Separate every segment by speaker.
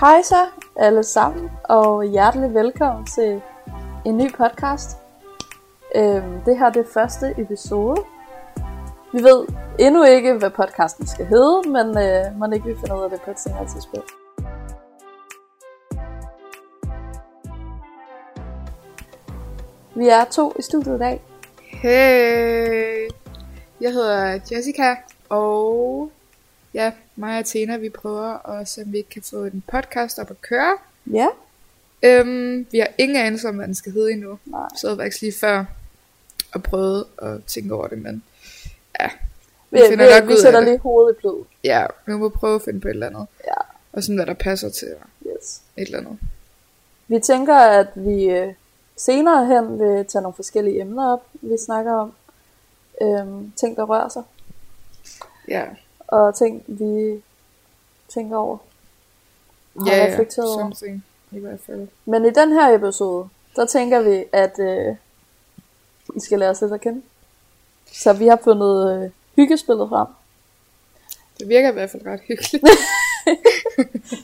Speaker 1: Hej så alle sammen, og hjertelig velkommen til en ny podcast. Øhm, det her det er første episode. Vi ved endnu ikke, hvad podcasten skal hedde, men øh, man ikke vi finder ud af det på et senere tidspunkt. Vi er to i studiet i dag.
Speaker 2: Hey! Jeg hedder Jessica, og ja, mig og Tina, vi prøver at se, om vi ikke kan få en podcast op at køre.
Speaker 1: Ja.
Speaker 2: Øhm, vi har ingen anelse om, hvad den skal hedde endnu.
Speaker 1: Nej.
Speaker 2: Så jeg faktisk lige før og prøvede at tænke over det, men ja,
Speaker 1: Vi,
Speaker 2: vi
Speaker 1: vi,
Speaker 2: finder nok
Speaker 1: vi, vi
Speaker 2: ud af
Speaker 1: sætter
Speaker 2: det.
Speaker 1: lige hovedet i blod.
Speaker 2: Ja, vi må prøve at finde på et eller andet.
Speaker 1: Ja.
Speaker 2: Og sådan, hvad der passer til et
Speaker 1: Yes.
Speaker 2: eller andet.
Speaker 1: Vi tænker, at vi øh, senere hen vil tage nogle forskellige emner op, vi snakker om. Øhm, ting, der rører sig,
Speaker 2: Ja,
Speaker 1: og ting, vi tænker over. Har
Speaker 2: ja, ja,
Speaker 1: reflekteret over.
Speaker 2: something i hvert fald.
Speaker 1: Men i den her episode, der tænker vi, at øh, I skal lære os lidt at kende. Så vi har fundet øh, hyggespillet frem.
Speaker 2: Det virker i hvert fald ret hyggeligt.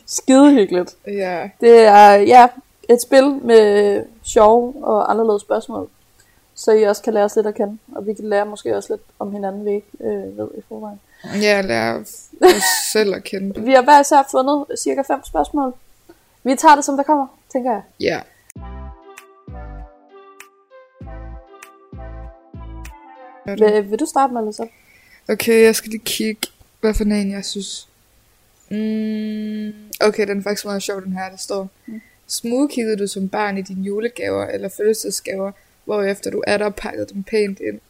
Speaker 1: Skide hyggeligt.
Speaker 2: ja,
Speaker 1: Det er ja, et spil med sjove og anderledes spørgsmål. Så I også kan lære os lidt at kende. Og vi kan lære måske også lidt om hinanden, vi ikke øh, ved i forvejen.
Speaker 2: ja lære os selv at kende.
Speaker 1: Vi har hver især fundet cirka fem spørgsmål. Vi tager det, som der kommer, tænker jeg.
Speaker 2: Ja.
Speaker 1: Vil, vil du starte med det så?
Speaker 2: Okay, jeg skal lige kigge, hvad for en jeg synes. Mm, okay, den er faktisk meget sjov, den her, der står. Smugkiggede du som barn i dine julegaver eller fødselsdagsgaver, hvorefter du atter pakkede dem pænt ind?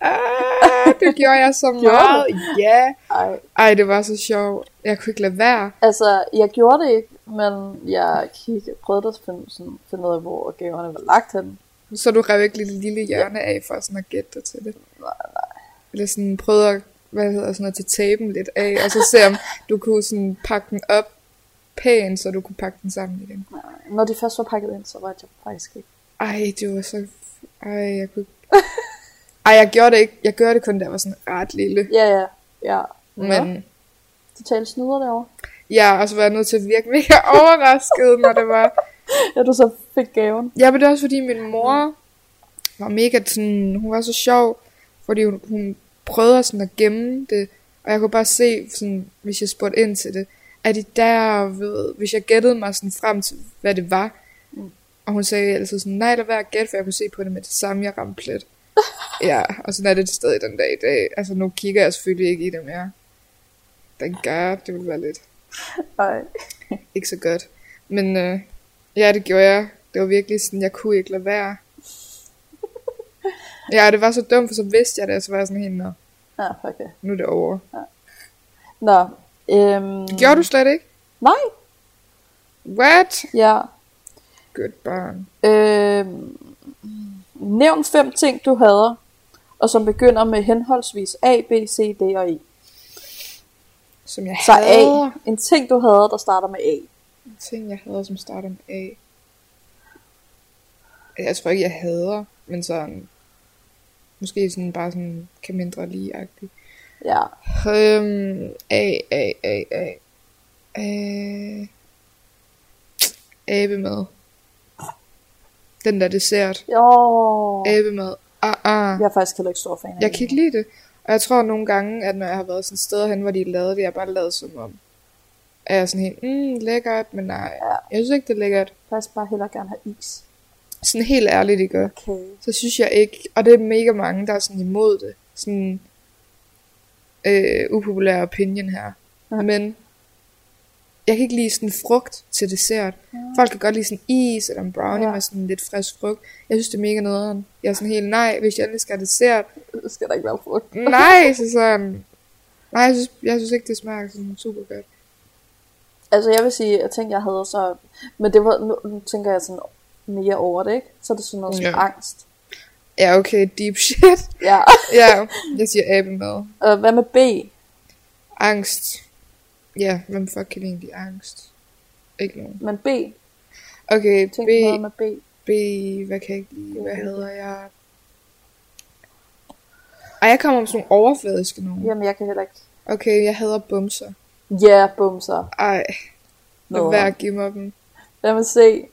Speaker 2: Ah, det gjorde jeg så
Speaker 1: du?
Speaker 2: meget. Ja.
Speaker 1: Nej.
Speaker 2: Ej, det var så sjovt. Jeg kunne ikke lade være.
Speaker 1: Altså, jeg gjorde det ikke, men jeg kiggede, prøvede at finde, sådan, finde ud af, hvor gaverne var lagt hen.
Speaker 2: Så du rev ikke lille, lille hjørne af for sådan at gætte dig til det? Eller sådan prøvede at, hvad hedder sådan noget, til tapen lidt af, og så se om du kunne sådan pakke den op pænt, så du kunne pakke den sammen igen.
Speaker 1: Når de først var pakket ind, så var jeg faktisk ikke.
Speaker 2: Ej, det var så... Ej, jeg kunne ikke- Ej, jeg gjorde det ikke. Jeg gjorde det kun, da jeg var sådan ret lille.
Speaker 1: Ja, ja, ja.
Speaker 2: Men
Speaker 1: Totalt snyder derovre.
Speaker 2: ja, og så var jeg nødt til at virke mega overrasket, når det var...
Speaker 1: Ja, du så fik gaven.
Speaker 2: Ja, men det er også fordi min mor var mega sådan, hun var så sjov, fordi hun, hun prøvede sådan at gemme det, og jeg kunne bare se, sådan, hvis jeg spurgte ind til det, er det der, ved, hvis jeg gættede mig sådan frem til, hvad det var,
Speaker 1: Mm.
Speaker 2: og hun sagde altid sådan, nej, lad være at gætte, for jeg kunne se på det med det samme, jeg ramte plet. ja, og sådan er det stadig den dag i dag. Altså, nu kigger jeg selvfølgelig ikke i det mere. Den gør, det ville være lidt
Speaker 1: Nej.
Speaker 2: ikke så godt. Men øh, ja, det gjorde jeg. Det var virkelig sådan, jeg kunne ikke lade være. Ja, det var så dumt, for så vidste jeg det, og så var jeg sådan helt, nå,
Speaker 1: Ja, okay.
Speaker 2: nu er det over.
Speaker 1: Nå. Øhm,
Speaker 2: Gjorde du slet ikke?
Speaker 1: Nej.
Speaker 2: What?
Speaker 1: Ja.
Speaker 2: Good barn.
Speaker 1: Øh, nævn fem ting, du hader, og som begynder med henholdsvis A, B, C, D og E.
Speaker 2: Som jeg
Speaker 1: Så A.
Speaker 2: hader.
Speaker 1: En ting, du hader, der starter med A.
Speaker 2: En ting, jeg hader, som starter med A. Altså, Jeg tror ikke, jeg hader, men sådan... Måske sådan bare sådan, kan mindre lige-agtigt.
Speaker 1: Ja.
Speaker 2: Øhm, A, A, A, A. Øh, abemad. Den der dessert.
Speaker 1: Jo.
Speaker 2: Abemad. Ah, ah.
Speaker 1: Jeg er faktisk heller ikke stor fan af
Speaker 2: Jeg
Speaker 1: det.
Speaker 2: kan ikke lide det. Og jeg tror nogle gange, at når jeg har været sådan steder hen, hvor de lavede det, jeg har bare lavet som om, at jeg er sådan helt, mm, lækkert, men nej.
Speaker 1: Ja.
Speaker 2: Jeg synes ikke, det er lækkert.
Speaker 1: Jeg vil faktisk bare hellere gerne have is.
Speaker 2: Sådan helt ærligt, det gør.
Speaker 1: Okay.
Speaker 2: så synes jeg ikke, og det er mega mange, der er sådan imod det, sådan øh, upopulær opinion her,
Speaker 1: Ja.
Speaker 2: men jeg kan ikke lide sådan frugt til dessert. Folk kan godt lide sådan is eller en brownie
Speaker 1: Ja.
Speaker 2: ja. med sådan lidt frisk frugt. Jeg synes, det er mega nederen. Jeg er sådan helt, nej, hvis jeg endelig skal have dessert,
Speaker 1: Det skal der ikke være frugt.
Speaker 2: nej, så sådan, nej, jeg synes, jeg synes ikke, det smager sådan super godt.
Speaker 1: Altså jeg vil sige, jeg tænkte, jeg havde så... Men det var, nu, nu tænker jeg sådan mere over det, ikke? Så er det sådan noget som
Speaker 2: Ja.
Speaker 1: angst.
Speaker 2: Ja, okay, deep shit.
Speaker 1: Ja.
Speaker 2: ja, jeg siger abemad.
Speaker 1: Og hvad med B?
Speaker 2: Angst. Ja, hvem fuck kan egentlig angst? Ikke nogen.
Speaker 1: Men B?
Speaker 2: Okay,
Speaker 1: Tænk
Speaker 2: B,
Speaker 1: noget med B.
Speaker 2: B, hvad kan jeg ikke lide? Hvad hedder jeg? Ej, jeg kommer om sådan nogle overfladiske nogen.
Speaker 1: Jamen jeg kan heller ikke...
Speaker 2: Okay, jeg hader bumser.
Speaker 1: Ja, yeah, bumser.
Speaker 2: Ej, Lad være at give mig dem.
Speaker 1: Lad mig se.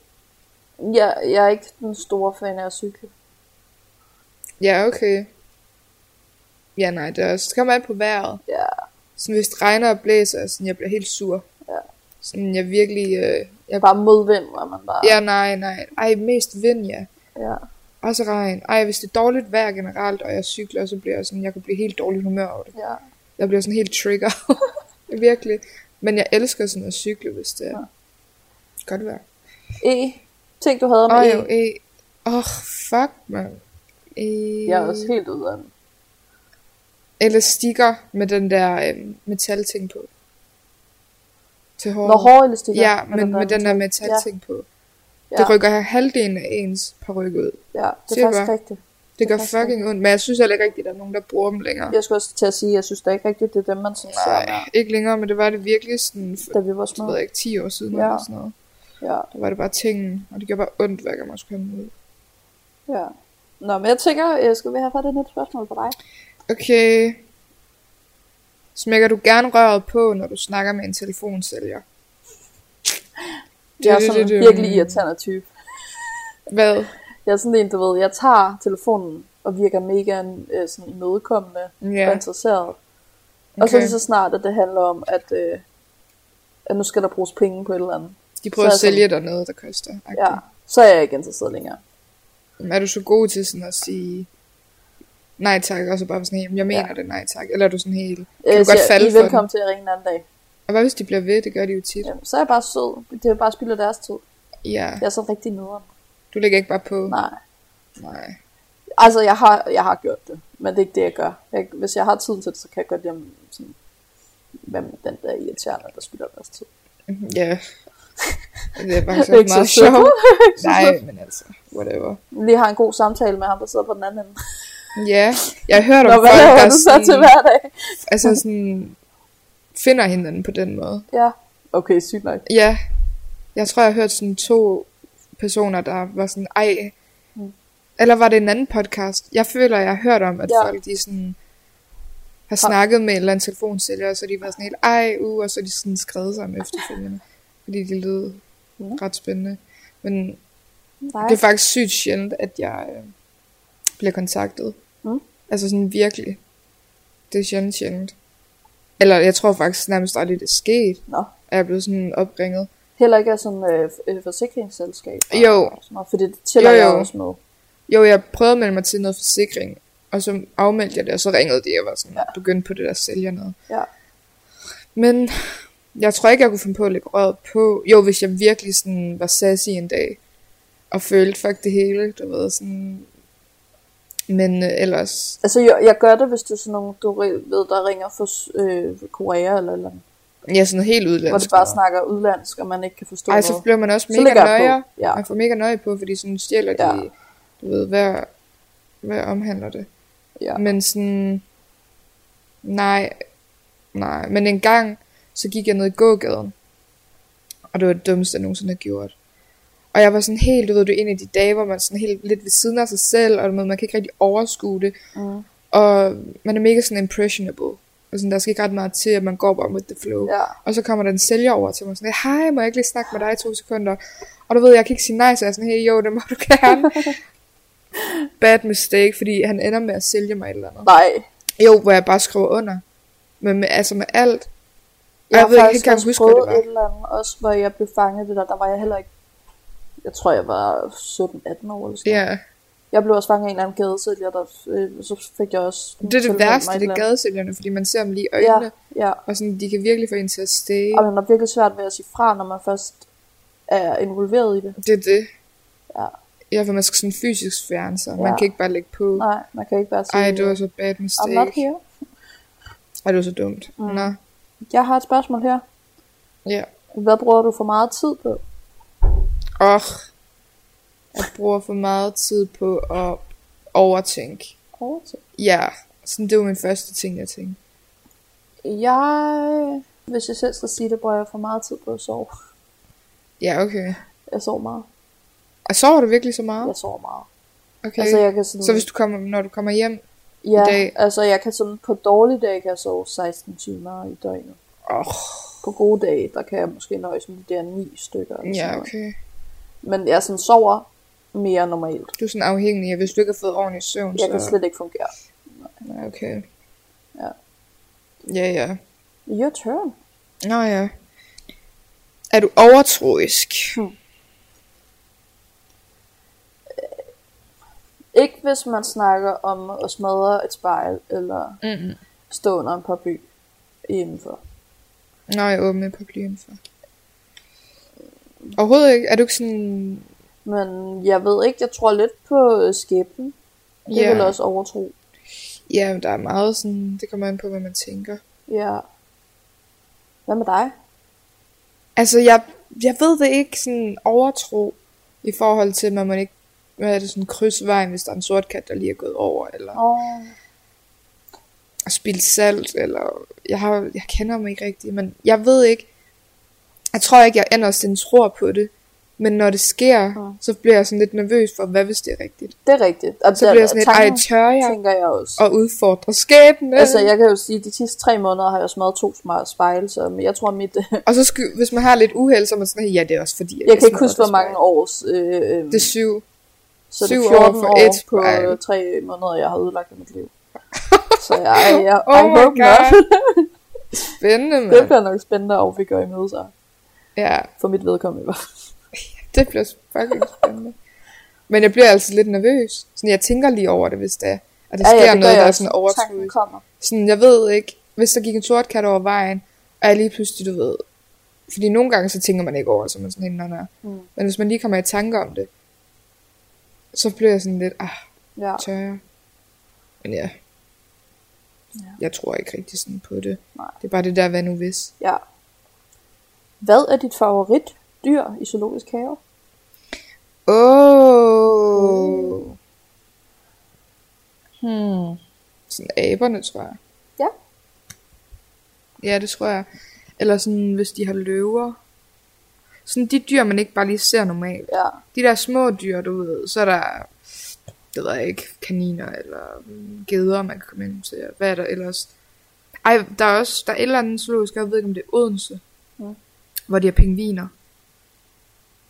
Speaker 1: Jeg, jeg er ikke den store fan af at cykle.
Speaker 2: Ja, okay. Ja, nej, det er også. Det kommer an på vejret.
Speaker 1: Ja,
Speaker 2: Sådan, hvis det regner og blæser, sådan, jeg bliver helt sur.
Speaker 1: Ja.
Speaker 2: Sådan, jeg virkelig... Øh, jeg,
Speaker 1: bare modvind, hvor man bare...
Speaker 2: ja, nej, nej. Ej, mest vind, ja.
Speaker 1: ja.
Speaker 2: Og så regn. Ej, hvis det er dårligt vejr generelt, og jeg cykler, så bliver jeg sådan, jeg kan blive helt dårlig humør over det.
Speaker 1: ja.
Speaker 2: Jeg bliver sådan helt trigger. virkelig. Men jeg elsker sådan at cykle, hvis det er
Speaker 1: Ja.
Speaker 2: ja. godt vejr.
Speaker 1: E. Ting, du havde med
Speaker 2: Åh,
Speaker 1: E.
Speaker 2: jo, eh. Åh, oh, fuck, mand. Eh.
Speaker 1: Jeg er også helt ude af den.
Speaker 2: Eller stikker med den der øh, metalting på. Til håret.
Speaker 1: Når hårde elastikker.
Speaker 2: Ja, men med den der metalting på. Det
Speaker 1: Ja.
Speaker 2: rykker her halvdelen af ens par ryg ud.
Speaker 1: Ja, det er
Speaker 2: Siger
Speaker 1: faktisk
Speaker 2: bare.
Speaker 1: rigtigt.
Speaker 2: Det gør
Speaker 1: faktisk
Speaker 2: fucking ondt, men jeg synes heller ikke rigtigt, at der er nogen, der bruger dem længere.
Speaker 1: Jeg skulle også til at sige, at jeg synes da ikke rigtigt, det er dem, man sådan ser,
Speaker 2: Nej, ikke længere, men det var det virkelig sådan, for,
Speaker 1: da vi var
Speaker 2: jeg
Speaker 1: små.
Speaker 2: ved ikke, 10 år siden
Speaker 1: Ja.
Speaker 2: ja. eller sådan noget.
Speaker 1: Ja,
Speaker 2: Der var det bare tingen, og det gjorde bare ondt, hver gang man skulle have dem ud.
Speaker 1: ja. Nå, men jeg tænker, jeg skal vi have fat i et nyt spørgsmål for dig?
Speaker 2: Okay. Smækker du gerne røret på, når du snakker med en telefonsælger?
Speaker 1: Jeg er sådan
Speaker 2: Du-du-du-du.
Speaker 1: en virkelig irriterende type.
Speaker 2: Hvad?
Speaker 1: Jeg er sådan en, du ved, jeg tager telefonen og virker mega øh, sådan imødekommende
Speaker 2: Ja,
Speaker 1: og interesseret. Og så
Speaker 2: okay.
Speaker 1: lige så snart, at det handler om, at, øh, at nu skal der bruges penge på et eller andet.
Speaker 2: De
Speaker 1: så
Speaker 2: prøver
Speaker 1: er
Speaker 2: at
Speaker 1: jeg
Speaker 2: sælge dig noget, der koster.
Speaker 1: Ja,
Speaker 2: agtigt.
Speaker 1: så er jeg ikke interesseret længere.
Speaker 2: Er du så god til sådan at sige nej tak, og så bare sådan helt, jeg mener
Speaker 1: Ja.
Speaker 2: det nej tak, eller er du sådan helt,
Speaker 1: Øh,
Speaker 2: kan du
Speaker 1: så
Speaker 2: godt
Speaker 1: jeg-
Speaker 2: falde
Speaker 1: I er
Speaker 2: for
Speaker 1: velkommen
Speaker 2: den?
Speaker 1: til at ringe en anden dag.
Speaker 2: Og hvad hvis de bliver ved, det gør de jo tit. Ja.
Speaker 1: Jamen, så er jeg bare sød. Det er bare spild af deres tid.
Speaker 2: ja.
Speaker 1: Jeg er så rigtig nederen.
Speaker 2: Du lægger ikke bare på.
Speaker 1: Nej.
Speaker 2: nej.
Speaker 1: Altså, jeg har, jeg har gjort det, men det er ikke det, jeg gør. Jeg, hvis jeg har tiden til det, så kan jeg godt hjem sådan, hvad med den der irriterende, der spilder deres tid.
Speaker 2: Ja. Det er faktisk
Speaker 1: Det er ikke
Speaker 2: også
Speaker 1: så
Speaker 2: meget
Speaker 1: sødt.
Speaker 2: sjovt. nej, men altså, whatever.
Speaker 1: Lige har en god samtale med ham, der sidder på den anden ende.
Speaker 2: Ja, jeg har hørt
Speaker 1: Nå,
Speaker 2: om
Speaker 1: hvad
Speaker 2: folk,
Speaker 1: laver
Speaker 2: der
Speaker 1: du så til
Speaker 2: sådan,
Speaker 1: hverdag?
Speaker 2: altså sådan, finder hinanden på den måde.
Speaker 1: Ja, okay, sygt nok.
Speaker 2: Ja, jeg tror, jeg har hørt sådan to personer, der var sådan, ej,
Speaker 1: Mm.
Speaker 2: eller var det en anden podcast? Jeg føler, jeg har hørt om, at
Speaker 1: Ja.
Speaker 2: ja. folk de sådan har snakket med en eller anden telefonsælger, og så har de var sådan helt, ej, uh, og så er de sådan skrevet sammen efterfølgende, fordi det lød
Speaker 1: Ja.
Speaker 2: ret spændende. Men
Speaker 1: Nej.
Speaker 2: det er faktisk sygt sjældent, at jeg øh, bliver kontaktet.
Speaker 1: Mm.
Speaker 2: Altså sådan virkelig. Det er sjældent sjældent. Eller jeg tror faktisk nærmest aldrig, det er sket,
Speaker 1: Nå.
Speaker 2: at jeg er blevet sådan opringet.
Speaker 1: Heller ikke af sådan øh, f- øh, forsikringsselskab. og-
Speaker 2: Jo.
Speaker 1: og sådan noget, Fordi det tæller
Speaker 2: Jo,
Speaker 1: jeg
Speaker 2: jo.
Speaker 1: også med.
Speaker 2: Jo, jeg prøvede at melde mig til noget forsikring, og så afmeldte jeg det, og så ringede de, og var sådan,
Speaker 1: Ja.
Speaker 2: ja. begyndte på det der sælger noget.
Speaker 1: Ja.
Speaker 2: Men jeg tror ikke, jeg kunne finde på at lægge røret på. Jo, hvis jeg virkelig sådan var sassy en dag, og følte fuck det hele, du ved, sådan... Men øh, ellers,
Speaker 1: Altså, jeg, jeg gør det, hvis det er sådan nogle, du re- ved, der ringer fra øh, Korea eller et eller andet.
Speaker 2: ja, sådan helt udlandsk.
Speaker 1: Hvor det bare
Speaker 2: noget.
Speaker 1: snakker udlandsk, og man ikke kan forstå
Speaker 2: Ej,
Speaker 1: noget.
Speaker 2: så bliver man også
Speaker 1: Så
Speaker 2: mega
Speaker 1: lægger jeg på.
Speaker 2: nøje.
Speaker 1: Ja.
Speaker 2: Man får mega nøje på, fordi sådan stjæler de,
Speaker 1: Ja.
Speaker 2: du ved, hvad, hvad omhandler det.
Speaker 1: Ja.
Speaker 2: Men sådan, nej, nej. Men en gang, så gik jeg ned i gågaden, og det var det dummeste, jeg nogensinde har gjort. Og jeg var sådan helt, du ved, det er en af de dage, hvor man sådan helt lidt ved siden af sig selv, og du ved, man kan ikke rigtig overskue det.
Speaker 1: Mm.
Speaker 2: Og man er mega sådan impressionable. Og sådan, der skal ikke ret meget til, at man går bare with the flow.
Speaker 1: Ja.
Speaker 2: Og så kommer den sælger over til mig sådan, hej, må jeg ikke lige snakke med dig i to sekunder? Og du ved, jeg kan ikke sige nej, så jeg er sådan, hey, jo, det må du gerne. Bad mistake, fordi han ender med at sælge mig et eller andet.
Speaker 1: Nej.
Speaker 2: Jo, hvor jeg bare skriver under. Men med, altså med alt. Og
Speaker 1: Jeg,
Speaker 2: jeg,
Speaker 1: har
Speaker 2: ved ikke, jeg kan
Speaker 1: faktisk
Speaker 2: ikke engang
Speaker 1: også
Speaker 2: huske, hvad det
Speaker 1: prøvet
Speaker 2: var.
Speaker 1: et eller andet, også hvor jeg blev fanget i det der. Der var jeg heller ikke... Jeg tror, jeg var 17-18 år eller sådan noget.
Speaker 2: Ja,
Speaker 1: Jeg blev også fanget af en eller anden gadesælger, der, øh, så fik jeg også...
Speaker 2: det er det
Speaker 1: tilmeldt
Speaker 2: værste,
Speaker 1: mig et
Speaker 2: det er
Speaker 1: eller andet.
Speaker 2: gadesælgerne, fordi man ser dem lige i øjnene. Ja.
Speaker 1: Ja,
Speaker 2: Og sådan, de kan virkelig få en til at stay.
Speaker 1: og man er virkelig svært ved at sige fra, når man først er involveret i det.
Speaker 2: Det er det.
Speaker 1: Ja.
Speaker 2: Ja, for man skal sådan fysisk fjerne sig. Man
Speaker 1: Ja.
Speaker 2: kan ikke bare lægge på.
Speaker 1: Nej, man kan ikke bare sige,
Speaker 2: Ej, det var så bad
Speaker 1: I'm not
Speaker 2: mistake.
Speaker 1: here.
Speaker 2: Ej, det var så dumt.
Speaker 1: Mm.
Speaker 2: Mm. Nå,
Speaker 1: Jeg har et spørgsmål her.
Speaker 2: ja.
Speaker 1: Hvad bruger du for meget tid på?
Speaker 2: Och, jeg bruger for meget tid på at overtænke.
Speaker 1: Overtid.
Speaker 2: Ja, sådan det var min første ting, jeg tænkte.
Speaker 1: Jeg, hvis jeg selv skal sige det, bruger jeg for meget tid på at sove.
Speaker 2: Ja, okay.
Speaker 1: Jeg sover meget.
Speaker 2: Og sover du virkelig så meget?
Speaker 1: Jeg sover meget.
Speaker 2: Okay.
Speaker 1: Altså, jeg kan sådan,
Speaker 2: Så hvis du kommer, når du kommer hjem,
Speaker 1: ja,
Speaker 2: i dag-
Speaker 1: altså jeg kan sådan, på dårlige dage kan jeg sove 16 timer i døgnet.
Speaker 2: Oh,
Speaker 1: På gode dage, der kan jeg måske nøjes med de der ni stykker. eller sådan
Speaker 2: ja,
Speaker 1: noget.
Speaker 2: okay.
Speaker 1: Men jeg sådan sover mere normalt.
Speaker 2: Du er sådan afhængig, og hvis du ikke har fået ordentlig søvn,
Speaker 1: Jeg
Speaker 2: så...
Speaker 1: kan slet ikke fungere.
Speaker 2: Nej, Okay.
Speaker 1: Ja.
Speaker 2: Ja, ja.
Speaker 1: Your turn.
Speaker 2: Nå ja. Er du overtroisk?
Speaker 1: Ikke hvis man snakker om at smadre et spejl, eller
Speaker 2: Mm-mm.
Speaker 1: stå under en par by indenfor.
Speaker 2: Nå, jeg åbner på blyen for. Overhovedet ikke. Er du ikke sådan...
Speaker 1: Men jeg ved ikke, jeg tror lidt på øh, skæbnen. Det yeah.
Speaker 2: Ja.
Speaker 1: vil også overtro.
Speaker 2: Ja, men der er meget sådan... Det kommer an på, hvad man tænker.
Speaker 1: Ja. Hvad med dig?
Speaker 2: Altså, jeg, jeg ved det ikke sådan overtro i forhold til, at man ikke hvad er det sådan krydsvejen, hvis der er en sort kat, der lige er gået over, eller
Speaker 1: Åh, oh,
Speaker 2: at spille salt, eller jeg, har, jeg kender dem ikke rigtigt, men jeg ved ikke, jeg tror ikke, jeg endelig den tror på det, men når det sker,
Speaker 1: Mm.
Speaker 2: så bliver jeg sådan lidt nervøs for, hvad hvis det er rigtigt?
Speaker 1: det er rigtigt. Og
Speaker 2: Så
Speaker 1: den
Speaker 2: bliver jeg sådan lidt, ej,
Speaker 1: tanke
Speaker 2: tør jeg
Speaker 1: tænker jeg også.
Speaker 2: at udfordre skæbnen?
Speaker 1: Altså, jeg kan jo sige, at de sidste tre måneder har jeg smadret to smarte spejle, så jeg tror, mit...
Speaker 2: Og så skal, hvis man har lidt uheld, så er man sådan, ja, det er også fordi,
Speaker 1: jeg kan
Speaker 2: sådan
Speaker 1: ikke huske,
Speaker 2: noget,
Speaker 1: hvor mange års... Øh, øh,
Speaker 2: Det er syv.
Speaker 1: så det
Speaker 2: syv
Speaker 1: er
Speaker 2: år
Speaker 1: 14 år,
Speaker 2: for
Speaker 1: år
Speaker 2: et
Speaker 1: på
Speaker 2: spejl.
Speaker 1: øh, tre måneder, jeg har ødelagt i mit liv. Så jeg, jeg, jeg
Speaker 2: Oh
Speaker 1: I
Speaker 2: my
Speaker 1: hope not.
Speaker 2: God. Spændende,
Speaker 1: Det
Speaker 2: mand.
Speaker 1: bliver nok spændende, og vi går i møde sig.
Speaker 2: Ja,
Speaker 1: For mit vedkommende i hvert fald.
Speaker 2: det bliver fucking spændende. Men jeg bliver altså lidt nervøs. Sådan, jeg tænker lige over det, hvis det er, at der ja, sker ja, noget, der er sådan
Speaker 1: Tanken
Speaker 2: overtroet.
Speaker 1: kommer.
Speaker 2: Sådan, jeg ved ikke, hvis der gik en sort kat over vejen, og jeg lige pludselig, du ved... Fordi nogle gange, så tænker man ikke over, så man sådan helt der.
Speaker 1: Mm.
Speaker 2: Mm. Men hvis man lige kommer i tanke om det, så bliver jeg sådan lidt, ah,
Speaker 1: Ja.
Speaker 2: tør jeg? Men ja.
Speaker 1: Ja.
Speaker 2: Jeg tror ikke rigtig sådan på det.
Speaker 1: Nej.
Speaker 2: Det er bare det der, hvad nu hvis.
Speaker 1: ja. Hvad er dit favorit dyr i zoologisk have?
Speaker 2: Åh. Oh. Hmm. Sådan aberne, tror jeg.
Speaker 1: Ja.
Speaker 2: Ja, det tror jeg. Eller sådan, hvis de har løver. Sådan de dyr, man ikke bare lige ser normalt.
Speaker 1: Ja.
Speaker 2: De der små dyr, du ved, så er der, det ved jeg ikke, kaniner eller mm, geder, man kan komme ind til. Hvad er der ellers? Ej, der er også, der er et eller andet zoologisk, jeg ved ikke, om det er Odense,
Speaker 1: Ja.
Speaker 2: hvor de har pingviner.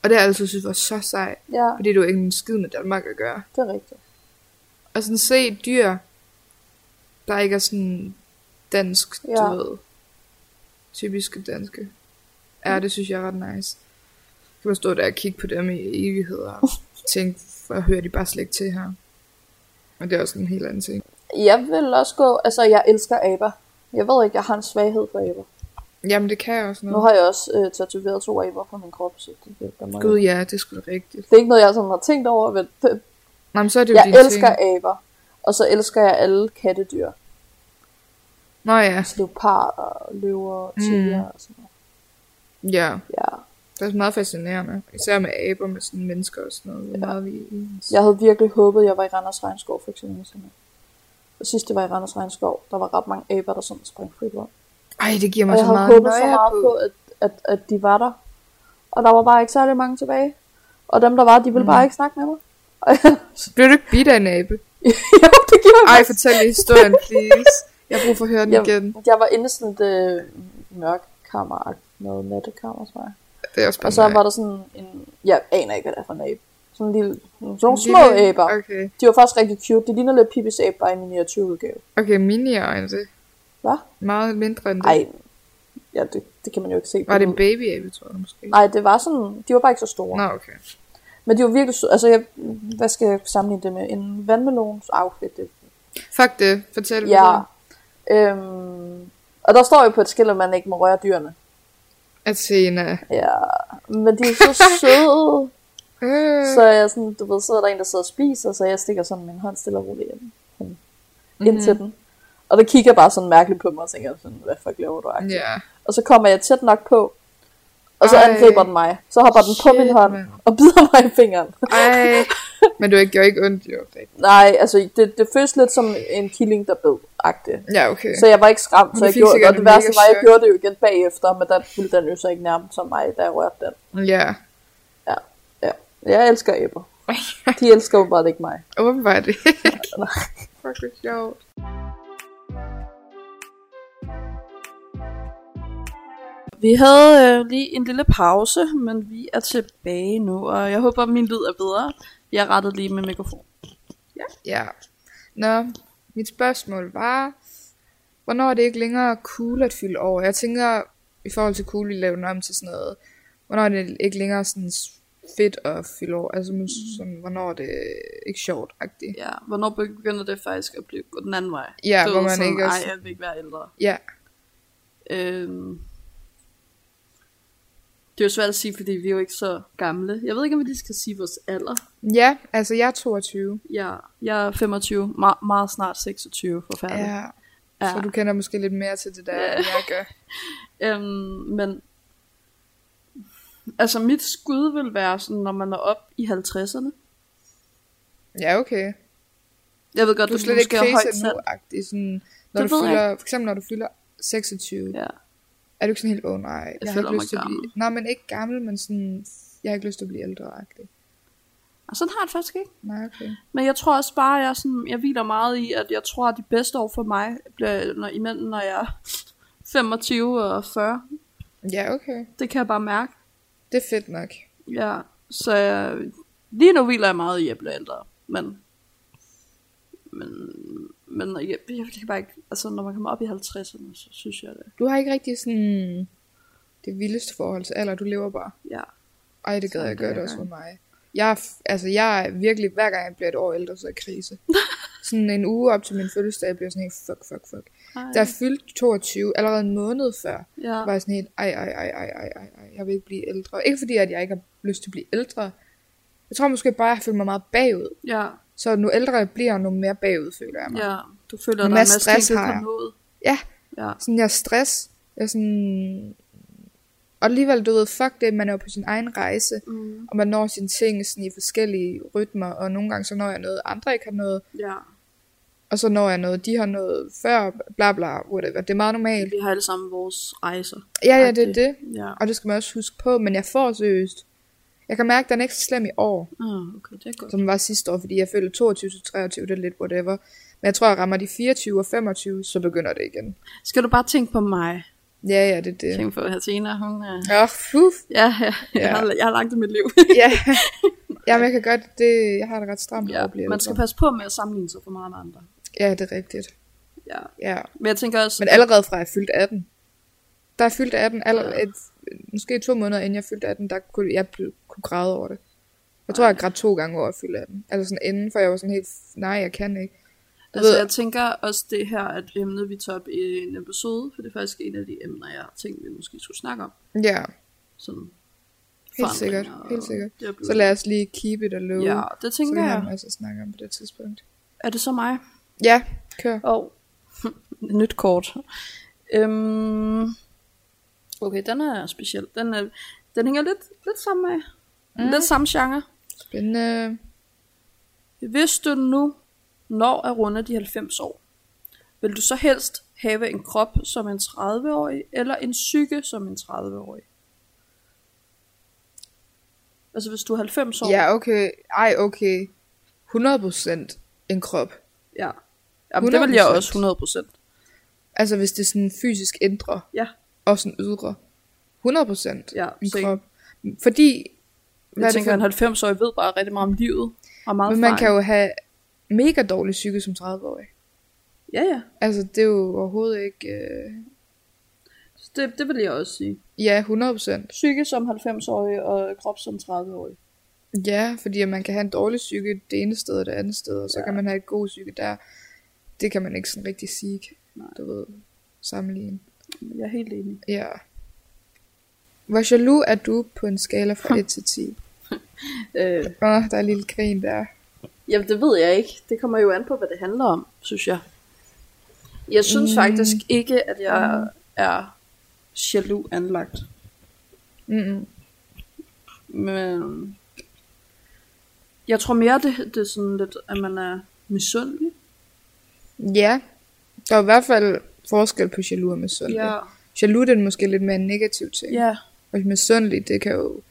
Speaker 2: Og det har jeg altid synes var så sejt,
Speaker 1: Ja,
Speaker 2: fordi du ikke har en skid med Danmark at gøre.
Speaker 1: det er rigtigt.
Speaker 2: Og sådan se dyr, der ikke er sådan dansk, ja.
Speaker 1: Ja.
Speaker 2: du ved. Typiske danske. Ja, det synes jeg er ret nice. Så kan man stå der og kigge på dem i evigheder og tænke, for hører de bare slet ikke til her. Og det er også en helt anden ting.
Speaker 1: Jeg vil også gå... Altså, jeg elsker aber. Jeg ved ikke, jeg har en svaghed for aber.
Speaker 2: Jamen, det kan jeg også
Speaker 1: Nu
Speaker 2: noget.
Speaker 1: har jeg også øh, tatoveret to aber på min krop, så det hjælper mig.
Speaker 2: Gud, ja, det er sgu da rigtigt.
Speaker 1: Det er ikke noget, jeg sådan har tænkt over, men p-
Speaker 2: Nå, men så er det jo
Speaker 1: jeg
Speaker 2: din
Speaker 1: elsker
Speaker 2: ting.
Speaker 1: aber. Og så elsker jeg alle kattedyr.
Speaker 2: Nå ja,
Speaker 1: Altså leoparder, og løver, og
Speaker 2: Mm.
Speaker 1: tiger og sådan noget.
Speaker 2: ja.
Speaker 1: Ja.
Speaker 2: Det er også meget fascinerende. Især med aber med sådan mennesker og sådan noget. Hvor meget vi er ens.
Speaker 1: Jeg havde virkelig håbet, jeg var i Randers Regnskov for eksempel. Sådan. Og sidst det var i Randers Regnskov, der var ret mange aber, der sådan sprang frit rundt.
Speaker 2: Ej, det giver
Speaker 1: Og
Speaker 2: mig
Speaker 1: jeg
Speaker 2: så
Speaker 1: havde
Speaker 2: meget
Speaker 1: håbet så
Speaker 2: nøje
Speaker 1: meget på, at, at, at de var der. Og der var bare ikke særlig mange tilbage. Og dem, der var, de ville
Speaker 2: Mm.
Speaker 1: bare ikke snakke med mig. Og jeg,
Speaker 2: Bliver du ikke bidt af en abe?
Speaker 1: jo, det gjorde
Speaker 2: Ej, fortæl lige historien, please. Jeg har brug for at høre den
Speaker 1: Jamen.
Speaker 2: igen.
Speaker 1: Jeg var inde i sådan et øh, mørkkammer, noget nattekammer, tror jeg.
Speaker 2: Det er også bare
Speaker 1: Og så
Speaker 2: mig.
Speaker 1: var der sådan en, jeg aner ikke, hvad det er for en abe. Sådan en lille, sådan nogle
Speaker 2: En
Speaker 1: små
Speaker 2: lille-
Speaker 1: aber.
Speaker 2: Okay,
Speaker 1: De var faktisk rigtig cute. De ligner lidt Pippi's abe, bare i miniatyrudgave.
Speaker 2: okay mini-øjne, det
Speaker 1: Hvad?
Speaker 2: er meget mindre end det.
Speaker 1: Ej, ja, det, det kan man jo ikke se. på
Speaker 2: Var det en
Speaker 1: lyd.
Speaker 2: baby-abe, tror jeg måske?
Speaker 1: Nej, det var sådan, de var bare ikke så store.
Speaker 2: Nå,
Speaker 1: Nej.
Speaker 2: okay.
Speaker 1: Men de var virkelig søde. Altså, jeg, hvad skal jeg sammenligne det med? En vandmelons outfit. Det.
Speaker 2: Fuck det, fortæl mig.
Speaker 1: Ja.
Speaker 2: videre.
Speaker 1: Øhm, og der står jo på et skilt, at man ikke må røre dyrene.
Speaker 2: Athena.
Speaker 1: Ja, men de er så søde.
Speaker 2: Øh.
Speaker 1: Så er jeg sådan, du ved, så er der en, der sidder og spiser, så jeg stikker sådan min hånd stille og roligt ind, sådan, ind
Speaker 2: Mhm.
Speaker 1: til den. Og der kigger bare sådan mærkeligt på mig, og tænker sådan, hvad fuck laver du? agtigt?"
Speaker 2: Ja.
Speaker 1: Og så kommer jeg tæt nok på, og så
Speaker 2: Ej.
Speaker 1: angriber den mig. Så hopper den på
Speaker 2: Shit,
Speaker 1: min hånd,
Speaker 2: mand.
Speaker 1: og bider mig i fingeren.
Speaker 2: Ej. Men du ikke, gjorde ikke ondt, jo. rigtigt.
Speaker 1: Nej, altså det, det føles lidt som en killing, der bed agtigt.
Speaker 2: Ja, okay.
Speaker 1: Så jeg var ikke skræmt, så
Speaker 2: Men du
Speaker 1: jeg
Speaker 2: fik
Speaker 1: gjorde det,
Speaker 2: sikkert
Speaker 1: og det
Speaker 2: et mega
Speaker 1: værste var, at jeg
Speaker 2: chok.
Speaker 1: gjorde det jo igen bagefter, men der ville den jo så ikke nærme som mig, da jeg rørte den.
Speaker 2: Ja.
Speaker 1: Ja, ja. Jeg elsker æbber. De elsker jo bare ikke mig.
Speaker 2: Åbenbart ikke.
Speaker 1: Nej.
Speaker 2: Fuck, det er sjovt.
Speaker 1: Vi havde øh, lige en lille pause, men vi er tilbage nu, og jeg håber, min lyd er bedre. Jeg rettede lige med mikrofon.
Speaker 2: Ja. Nå, mit spørgsmål var, hvornår er det ikke længere cool at fylde over? Jeg tænker, i forhold til cool, vi laver den om til sådan noget, hvornår er det ikke længere sådan fedt at fylde over? Altså, nu sådan, hvornår er det ikke sjovt -agtigt?
Speaker 1: Ja, hvornår begynder det faktisk at blive gå den anden vej?
Speaker 2: Ja,
Speaker 1: Du
Speaker 2: hvor
Speaker 1: ved,
Speaker 2: man
Speaker 1: sådan,
Speaker 2: ikke også-
Speaker 1: Ej, jeg vil ikke være ældre.
Speaker 2: Ja,
Speaker 1: Øhm, det er jo svært at sige, fordi vi er jo ikke så gamle. Jeg ved ikke, om vi lige skal sige vores alder.
Speaker 2: ja altså, jeg er 22.
Speaker 1: Jeg, jeg er 25, me- meget snart 26, forfærdelig.
Speaker 2: Ja. Så du kender måske lidt mere til det der,
Speaker 1: Ja.
Speaker 2: end jeg gør.
Speaker 1: Øhm, men altså mit skud vil være sådan, når man er op i 50'erne.
Speaker 2: Ja, okay.
Speaker 1: Jeg ved godt,
Speaker 2: Du er
Speaker 1: det
Speaker 2: slet ikke
Speaker 1: måske er højt
Speaker 2: crazy
Speaker 1: sat.
Speaker 2: nu-agtig, sådan, når
Speaker 1: Det
Speaker 2: du
Speaker 1: ved jeg
Speaker 2: fylder, for eksempel når du fylder 26,
Speaker 1: Ja.
Speaker 2: er du ikke sådan helt, åh oh, nej, jeg, har
Speaker 1: føler
Speaker 2: ikke
Speaker 1: mig
Speaker 2: lyst til at blive,
Speaker 1: gammel.
Speaker 2: nej, men ikke gammel, men sådan, jeg har ikke lyst til at blive ældre -agtig.
Speaker 1: Og sådan har jeg det faktisk ikke.
Speaker 2: Nej, okay.
Speaker 1: Men jeg tror også bare, at jeg, sådan, jeg hviler meget i, at jeg tror, at de bedste år for mig bliver når, imellem, når jeg er 25 og 40.
Speaker 2: Ja, okay.
Speaker 1: Det kan jeg bare mærke.
Speaker 2: Det er fedt nok.
Speaker 1: Ja, så jeg, lige nu hviler jeg meget i, at jeg bliver ældre. Men, men, men jeg, jeg, kan bare ikke, altså når man kommer op i 50'erne, så synes jeg det.
Speaker 2: Du har ikke rigtig sådan det vildeste forhold til alder, du lever bare.
Speaker 1: Ja.
Speaker 2: Ej, det gad jeg
Speaker 1: det er
Speaker 2: godt
Speaker 1: jeg
Speaker 2: også for mig. Jeg er, f- altså, jeg er virkelig, hver gang jeg bliver et år ældre, så er jeg i krise. sådan en uge op til min fødselsdag, jeg bliver sådan helt, fuck, fuck, fuck.
Speaker 1: Ej.
Speaker 2: Da jeg fyldte 22, allerede en måned før,
Speaker 1: Ja.
Speaker 2: var jeg sådan helt, ej, ej, ej, ej, ej, ej, ej, jeg vil ikke blive ældre. Ikke fordi, at jeg ikke har lyst til at blive ældre. Jeg tror måske bare, at jeg føler mig meget bagud.
Speaker 1: Ja,
Speaker 2: Så nu ældre jeg bliver, nu mere bagud føler jeg mig.
Speaker 1: ja. Du føler dig
Speaker 2: Men
Speaker 1: en
Speaker 2: hvad
Speaker 1: masse
Speaker 2: stress
Speaker 1: stress
Speaker 2: har
Speaker 1: på
Speaker 2: jeg?
Speaker 1: noget.
Speaker 2: ja
Speaker 1: Ja,
Speaker 2: sådan, jeg er stress. Jeg er sådan... Og alligevel, du ved, fuck det, man er jo på sin egen rejse,
Speaker 1: mm,
Speaker 2: og man når sine ting sådan i forskellige rytmer, og nogle gange så når jeg noget, andre ikke har noget,
Speaker 1: ja.
Speaker 2: og så når jeg noget, de har noget før, bla bla, whatever. Det er meget normalt.
Speaker 1: Vi har alle sammen vores rejser.
Speaker 2: Ja, ja, det er
Speaker 1: Agtigt.
Speaker 2: det.
Speaker 1: Ja.
Speaker 2: Og det skal man også huske på, men jeg får seriøst. Jeg kan mærke, at den er ikke så slem i år,
Speaker 1: Ah, okay, det er godt.
Speaker 2: som den var sidste år, fordi jeg føler 22 til 23, det er lidt whatever. Men jeg tror, jeg rammer de 24 og 25, så begynder det igen.
Speaker 1: Skal du bare tænke på mig?
Speaker 2: Ja, ja, det er det.
Speaker 1: Tænk på Hatina, hun er...
Speaker 2: Åh, fuh,
Speaker 1: Ja, ja. Jeg,
Speaker 2: Ja.
Speaker 1: har, jeg har lagt det i mit liv.
Speaker 2: ja. Jamen, jeg kan godt, det, jeg har det ret stramt ja,
Speaker 1: ja,
Speaker 2: at blive
Speaker 1: man
Speaker 2: ældre.
Speaker 1: skal passe på med at sammenligne sig for meget med andre.
Speaker 2: Ja, det er rigtigt.
Speaker 1: Ja.
Speaker 2: Ja.
Speaker 1: Men jeg tænker også...
Speaker 2: Men allerede fra jeg fyldte 18, der jeg fyldte 18, aller,
Speaker 1: Ja.
Speaker 2: et, måske to måneder inden jeg fyldte 18, der kunne jeg bl- kunne græde over det. Jeg tror, jeg græd to gange over at fylde 18. Altså sådan inden, for jeg var sådan helt, nej, jeg kan ikke. Du
Speaker 1: Altså,
Speaker 2: ved-
Speaker 1: jeg tænker også det her, at emnet vi tager op i en episode, for det er faktisk en af de emner, jeg tænkte, vi måske skulle snakke om.
Speaker 2: Ja,
Speaker 1: Sådan
Speaker 2: helt sikkert.
Speaker 1: forandringer og
Speaker 2: Helt sikkert.
Speaker 1: det at blive-
Speaker 2: Så lad os lige keep it alone.
Speaker 1: Ja, det
Speaker 2: så vi
Speaker 1: tænker
Speaker 2: har en
Speaker 1: jeg.
Speaker 2: masse at snakke om på det tidspunkt.
Speaker 1: Er det så mig?
Speaker 2: Ja, kør.
Speaker 1: Og nyt kort. Øhm, okay, den er speciel. Den, er, den hænger lidt, lidt sammen med. Mm. Lidt samme genre.
Speaker 2: Spændende.
Speaker 1: Hvis du nu når at runde de 90 år, vil du så helst have en krop som en 30-årig, eller en psyke som en 30-årig? Altså hvis du er 90 år,
Speaker 2: Ja, okay. Ej, okay. 100% en krop.
Speaker 1: ja. Jamen, det vil jeg
Speaker 2: 100%.
Speaker 1: også 100%.
Speaker 2: Altså hvis det er sådan fysisk indre
Speaker 1: Ja,
Speaker 2: og sådan ydre. 100%
Speaker 1: Ja,
Speaker 2: min
Speaker 1: same.
Speaker 2: krop. Fordi,
Speaker 1: jeg
Speaker 2: er det
Speaker 1: tænker,
Speaker 2: for-
Speaker 1: en 90-årig ved bare rigtig meget om livet, og meget
Speaker 2: men man kan
Speaker 1: erfaring.
Speaker 2: jo have mega dårlig psyke som 30-årig.
Speaker 1: Ja, ja.
Speaker 2: Altså det er jo overhovedet ikke... Øh...
Speaker 1: Så Det, det vil jeg også sige.
Speaker 2: Ja, 100%.
Speaker 1: Psyke som 90-årig og krop som 30-årig.
Speaker 2: Ja, fordi at man kan have en dårlig psyke det ene sted og det andet sted, og så ja. kan man have et god psyke der. Det kan man ikke sådan rigtig sige,
Speaker 1: Nej.
Speaker 2: du ved, sammenligne.
Speaker 1: Jeg er helt enig.
Speaker 2: Ja. Hvor jaloux er du på en skala fra 1 til 10?
Speaker 1: Øh,
Speaker 2: Åh, oh, der er en lille grin der.
Speaker 1: jamen, det ved jeg ikke. Det kommer jo an på, hvad det handler om, synes jeg. Jeg synes mm. faktisk ikke, at jeg er jaloux anlagt.
Speaker 2: Mm-mm.
Speaker 1: Men jeg tror mere, det, det er sådan lidt, at man er misundelig.
Speaker 2: Ja, der er i hvert fald forskel på jaloux og misundelig. Ja. Jaloux det er måske lidt mere en negativ ting,
Speaker 1: ja,
Speaker 2: og misundelig det kan jo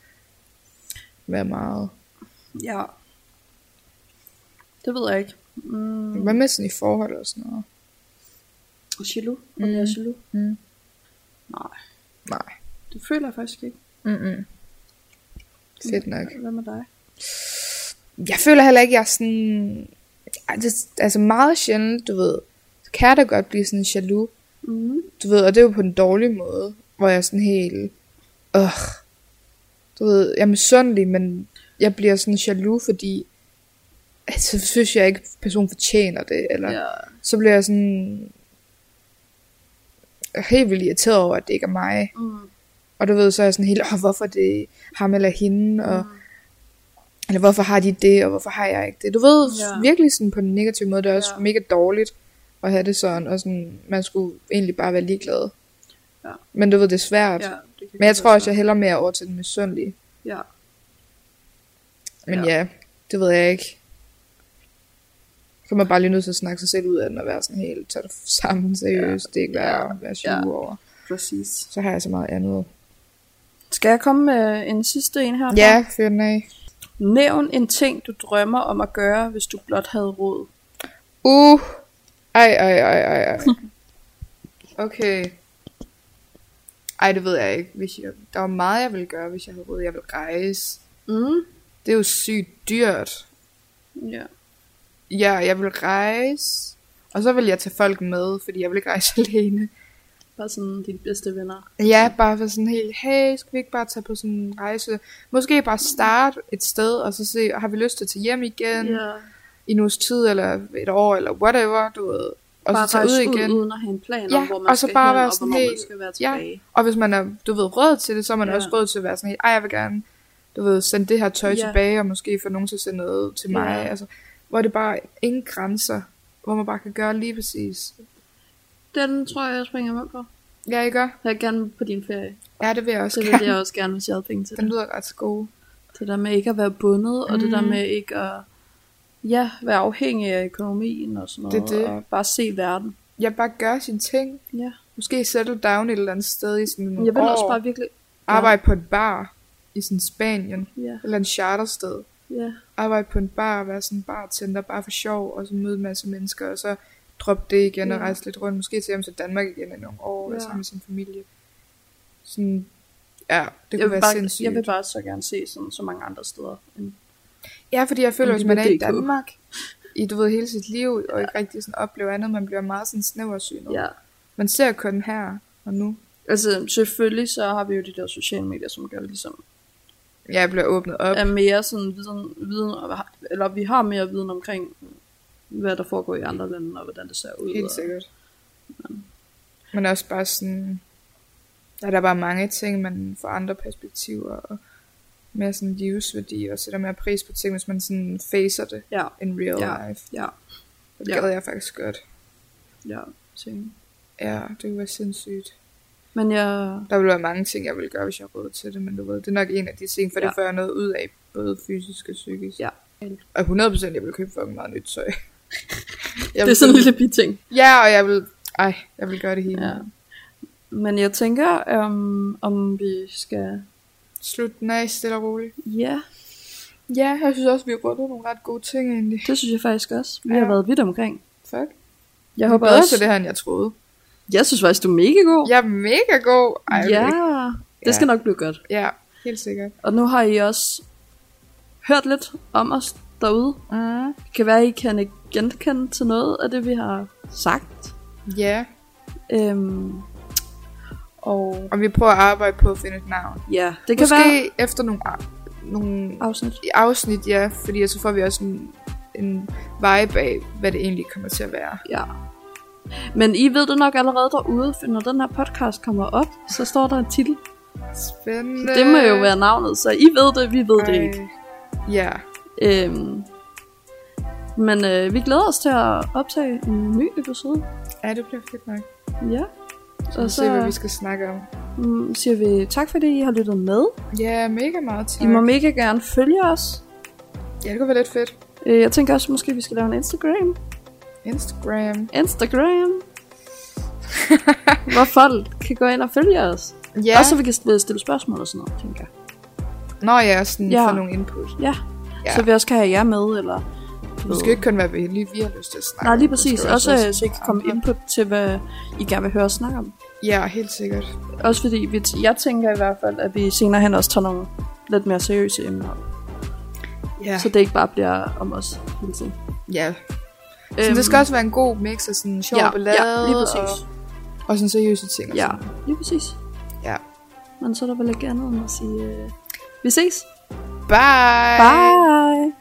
Speaker 2: være meget.
Speaker 1: ja. Det ved jeg ikke. Mm.
Speaker 2: Hvad med sådan i forhold og sådan noget?
Speaker 1: Jaloux? Om jeg er jaloux?
Speaker 2: Mm.
Speaker 1: Mm. Nej.
Speaker 2: Nej.
Speaker 1: Det føler jeg faktisk ikke.
Speaker 2: Mm-mm. Fedt nok.
Speaker 1: Hvad med dig?
Speaker 2: Jeg føler heller ikke, jeg er sådan... Ej, det- Altså meget sjældent, du ved, kan jeg da godt blive sådan jaloux.
Speaker 1: Mm.
Speaker 2: Du ved, og det er jo på en dårlig måde, hvor jeg er sådan helt... Øh, du ved, jeg er misundelig, men jeg bliver sådan jaloux, fordi at så synes jeg ikke, at personen fortjener det, eller ja.
Speaker 1: Ja.
Speaker 2: så bliver jeg sådan helt vildt irriteret over, at det ikke er mig.
Speaker 1: Mm.
Speaker 2: Og du ved, så er jeg sådan helt, oh, hvorfor er det ham eller hende, og, mm. eller hvorfor har de det, og hvorfor har jeg ikke det. Du ved,
Speaker 1: Ja.
Speaker 2: ja. virkelig sådan på den negative måde, det er også
Speaker 1: Ja.
Speaker 2: ja. mega dårligt at have det sådan, og sådan, man skulle egentlig bare være ligeglad.
Speaker 1: Ja.
Speaker 2: Men du ved, det er svært. Ja.
Speaker 1: ja det kan
Speaker 2: Men jeg
Speaker 1: godt
Speaker 2: tror også,
Speaker 1: være.
Speaker 2: jeg hælder mere over til den misundelige.
Speaker 1: Ja.
Speaker 2: Men
Speaker 1: Ja.
Speaker 2: ja. ja, det ved jeg ikke. Så er man bare lige nødt til at snakke sig selv ud af den, og være sådan helt, tage det sammen seriøst, ja. det er ikke værd at være
Speaker 1: Ja.
Speaker 2: ja. over.
Speaker 1: Præcis.
Speaker 2: Så har jeg så meget andet.
Speaker 1: Skal jeg komme med øh, en sidste en her?
Speaker 2: Ja, fyr den af.
Speaker 1: Nævn en ting, du drømmer om at gøre, hvis du blot havde råd.
Speaker 2: Uh. Ej, ej, ej, ej, ej. Okay. Ej, det ved jeg ikke. Hvis jeg, der var meget, jeg ville gøre, hvis jeg havde råd. Jeg ville rejse.
Speaker 1: Mm.
Speaker 2: Det er jo sygt dyrt.
Speaker 1: Ja.
Speaker 2: Ja, jeg ville rejse. Og så vil jeg tage folk med, fordi jeg vil ikke rejse alene.
Speaker 1: Bare sådan dine bedste venner.
Speaker 2: Ja, bare for sådan helt, hey, skal vi ikke bare tage på sådan en rejse? Måske bare starte et sted, og så se, har vi lyst til at tage hjem igen
Speaker 1: Ja.
Speaker 2: i en uges tid, eller et år, eller whatever, du ved. Og
Speaker 1: bare
Speaker 2: så tage ud
Speaker 1: rejse
Speaker 2: igen.
Speaker 1: uden at have en plan om,
Speaker 2: Ja,
Speaker 1: hvor man
Speaker 2: og så
Speaker 1: skal
Speaker 2: bare
Speaker 1: hen,
Speaker 2: være
Speaker 1: og
Speaker 2: sådan
Speaker 1: hvornår man
Speaker 2: helt-
Speaker 1: skal være
Speaker 2: Ja,
Speaker 1: tilbage.
Speaker 2: og hvis man er, du ved, råd til det, så er man
Speaker 1: Ja.
Speaker 2: ja. også råd til at være sådan helt, ej, jeg vil gerne, du ved, sende det her tøj
Speaker 1: Ja.
Speaker 2: ja. tilbage, og måske få nogen til at sende noget til
Speaker 1: Ja.
Speaker 2: mig, altså, hvor det bare er ingen grænser, hvor man bare kan gøre lige præcis.
Speaker 1: Den tror jeg, jeg springer med på.
Speaker 2: Ja, ikke også?
Speaker 1: Jeg er gerne på din ferie.
Speaker 2: Ja, det vil jeg også
Speaker 1: Det
Speaker 2: det
Speaker 1: ville
Speaker 2: gerne.
Speaker 1: jeg
Speaker 2: Jeg.
Speaker 1: også gerne, hvis jeg havde penge til
Speaker 2: Den
Speaker 1: det.
Speaker 2: lyder ret god.
Speaker 1: Det der med ikke at være bundet, og det der
Speaker 2: Mm.
Speaker 1: med ikke at ja, være afhængig af økonomien og sådan
Speaker 2: Det
Speaker 1: noget.
Speaker 2: er det.
Speaker 1: Og bare se verden.
Speaker 2: Jeg bare gør sine ting.
Speaker 1: Ja.
Speaker 2: Måske settle down et eller andet sted i sådan nogle
Speaker 1: Jeg vil
Speaker 2: år.
Speaker 1: også bare virkelig...
Speaker 2: Arbejde på et bar i sådan Spanien.
Speaker 1: Ja,
Speaker 2: Eller en chartersted.
Speaker 1: ja,
Speaker 2: Arbejde på en bar, være sådan en bartender, bare for sjov, og så møde en masse mennesker, og så droppe det igen ja. og
Speaker 1: Ja.
Speaker 2: rejse lidt rundt. Måske til hjem til Danmark igen i nogle år, ja.
Speaker 1: Ja.
Speaker 2: være sammen med sin familie. Sådan, ja, det
Speaker 1: jeg
Speaker 2: kunne
Speaker 1: vil,
Speaker 2: være
Speaker 1: bare,
Speaker 2: sindssygt.
Speaker 1: jeg vil bare så gerne se sådan, så mange andre steder. end-
Speaker 2: Ja, fordi jeg føler,
Speaker 1: Om
Speaker 2: hvis
Speaker 1: det
Speaker 2: man
Speaker 1: med
Speaker 2: er i
Speaker 1: DK.
Speaker 2: Danmark, i du ved hele sit liv, og ikke rigtig sådan oplever andet, man bliver meget sådan snæversynet.
Speaker 1: Ja.
Speaker 2: Man ser kun her og nu.
Speaker 1: Altså selvfølgelig så har vi jo de der sociale medier, som gør, at vi ligesom
Speaker 2: Ja, jeg bliver åbnet op.
Speaker 1: er mere sådan viden, viden og har- eller vi har mere viden omkring, hvad der foregår i andre lande, og hvordan det ser ud.
Speaker 2: Helt sikkert. Men også bare sådan, ja, der er bare mange ting, man får andre perspektiver, og mere sådan livsværdi, og sætter mere pris på ting, hvis man sådan facer det
Speaker 1: Ja,
Speaker 2: in real
Speaker 1: Ja.
Speaker 2: life.
Speaker 1: ja,
Speaker 2: Og
Speaker 1: Ja.
Speaker 2: det gad jeg faktisk godt.
Speaker 1: ja. Ting.
Speaker 2: Ja, det kunne være sindssygt.
Speaker 1: Men jeg,
Speaker 2: Der ville være mange ting, jeg ville gøre, hvis jeg havde råd til det, men du ved, det er nok en af de ting, for
Speaker 1: Ja.
Speaker 2: det får jeg noget ud af, både fysisk og psykisk.
Speaker 1: Ja.
Speaker 2: Og 100% jeg ville købe fucking meget nyt tøj. jeg
Speaker 1: det er
Speaker 2: ville
Speaker 1: sådan en
Speaker 2: købe-
Speaker 1: lille biting.
Speaker 2: Ja, og jeg vil, ej, jeg vil gøre det hele.
Speaker 1: Ja. Men jeg tænker, øhm, om vi skal...
Speaker 2: Slut, nej, stille og roligt.
Speaker 1: Ja,
Speaker 2: Ja, jeg synes også, vi har rundet nogle ret gode ting egentlig.
Speaker 1: det synes jeg faktisk også. Vi har
Speaker 2: Ja.
Speaker 1: været vidt omkring.
Speaker 2: Fuck.
Speaker 1: Jeg
Speaker 2: Jeg
Speaker 1: håber
Speaker 2: håber bedre
Speaker 1: også...
Speaker 2: til det her, end jeg troede.
Speaker 1: Jeg synes faktisk, du er mega god.
Speaker 2: Jeg er mega god. Ej, jeg ved
Speaker 1: ja,
Speaker 2: ikke.
Speaker 1: det skal
Speaker 2: Ja.
Speaker 1: nok blive godt.
Speaker 2: ja, helt sikkert.
Speaker 1: Og nu har I også hørt lidt om os derude.
Speaker 2: Mm.
Speaker 1: Det kan være, I kan ikke genkende til noget af det, vi har sagt.
Speaker 2: Ja,
Speaker 1: Øhm, og
Speaker 2: og vi prøver at arbejde på at finde et navn.
Speaker 1: ja, det kan
Speaker 2: Måske
Speaker 1: være
Speaker 2: efter nogle, a- nogle
Speaker 1: afsnit.
Speaker 2: afsnit, ja, fordi så får vi også en, en vibe af, hvad det egentlig kommer til at være.
Speaker 1: Ja. Men I ved det nok allerede derude, for når den her podcast kommer op, så står der en titel.
Speaker 2: Spændende.
Speaker 1: Det må jo være navnet, så I ved det, vi ved
Speaker 2: Øh.
Speaker 1: det ikke.
Speaker 2: Ja,
Speaker 1: Øhm, men øh, vi glæder os til at optage en ny episode.
Speaker 2: ja det bliver fedt nok.
Speaker 1: Ja.
Speaker 2: Så,
Speaker 1: Og
Speaker 2: så... se, hvad vi
Speaker 1: så
Speaker 2: skal snakke om.
Speaker 1: mm, siger vi tak, fordi I har lyttet med.
Speaker 2: Ja, mega meget
Speaker 1: I
Speaker 2: tak.
Speaker 1: må mega gerne følge os.
Speaker 2: Ja, det kunne være lidt fedt.
Speaker 1: Øh, Jeg tænker også, måske vi skal lave en Instagram.
Speaker 2: Instagram.
Speaker 1: Instagram! hvor folk kan gå ind og følge os. Ja. Og så vi kan øh, stille spørgsmål og sådan noget, tænker jeg.
Speaker 2: Nå ja, sådan
Speaker 1: Ja.
Speaker 2: ja. for nogle input.
Speaker 1: Ja. ja.
Speaker 2: Ja.
Speaker 1: Så vi også kan have jer med, eller
Speaker 2: Du skal ikke kun være venlig, vi har lyst til at snakke.
Speaker 1: Nej,
Speaker 2: om
Speaker 1: lige
Speaker 2: det.
Speaker 1: præcis.
Speaker 2: Du skal
Speaker 1: Også øh, så I
Speaker 2: snakke
Speaker 1: kan komme
Speaker 2: om det.
Speaker 1: input til, hvad I gerne vil høre os snakke om.
Speaker 2: Ja, helt sikkert.
Speaker 1: Også fordi vi t- jeg tænker i hvert fald, at vi senere hen også tager nogle lidt mere seriøse emner. op.
Speaker 2: Ja,
Speaker 1: Så det ikke bare bliver om os hele tiden.
Speaker 2: ja. Så det skal også være en god mix af sådan sjov
Speaker 1: Øhm. ja,
Speaker 2: ballade
Speaker 1: ja, lige præcis.
Speaker 2: Og, og sådan seriøse ting. Og
Speaker 1: Ja,
Speaker 2: Sådan.
Speaker 1: lige præcis.
Speaker 2: ja.
Speaker 1: Men så er der vel ikke andet end at sige, øh, vi ses.
Speaker 2: Bye!
Speaker 1: Bye.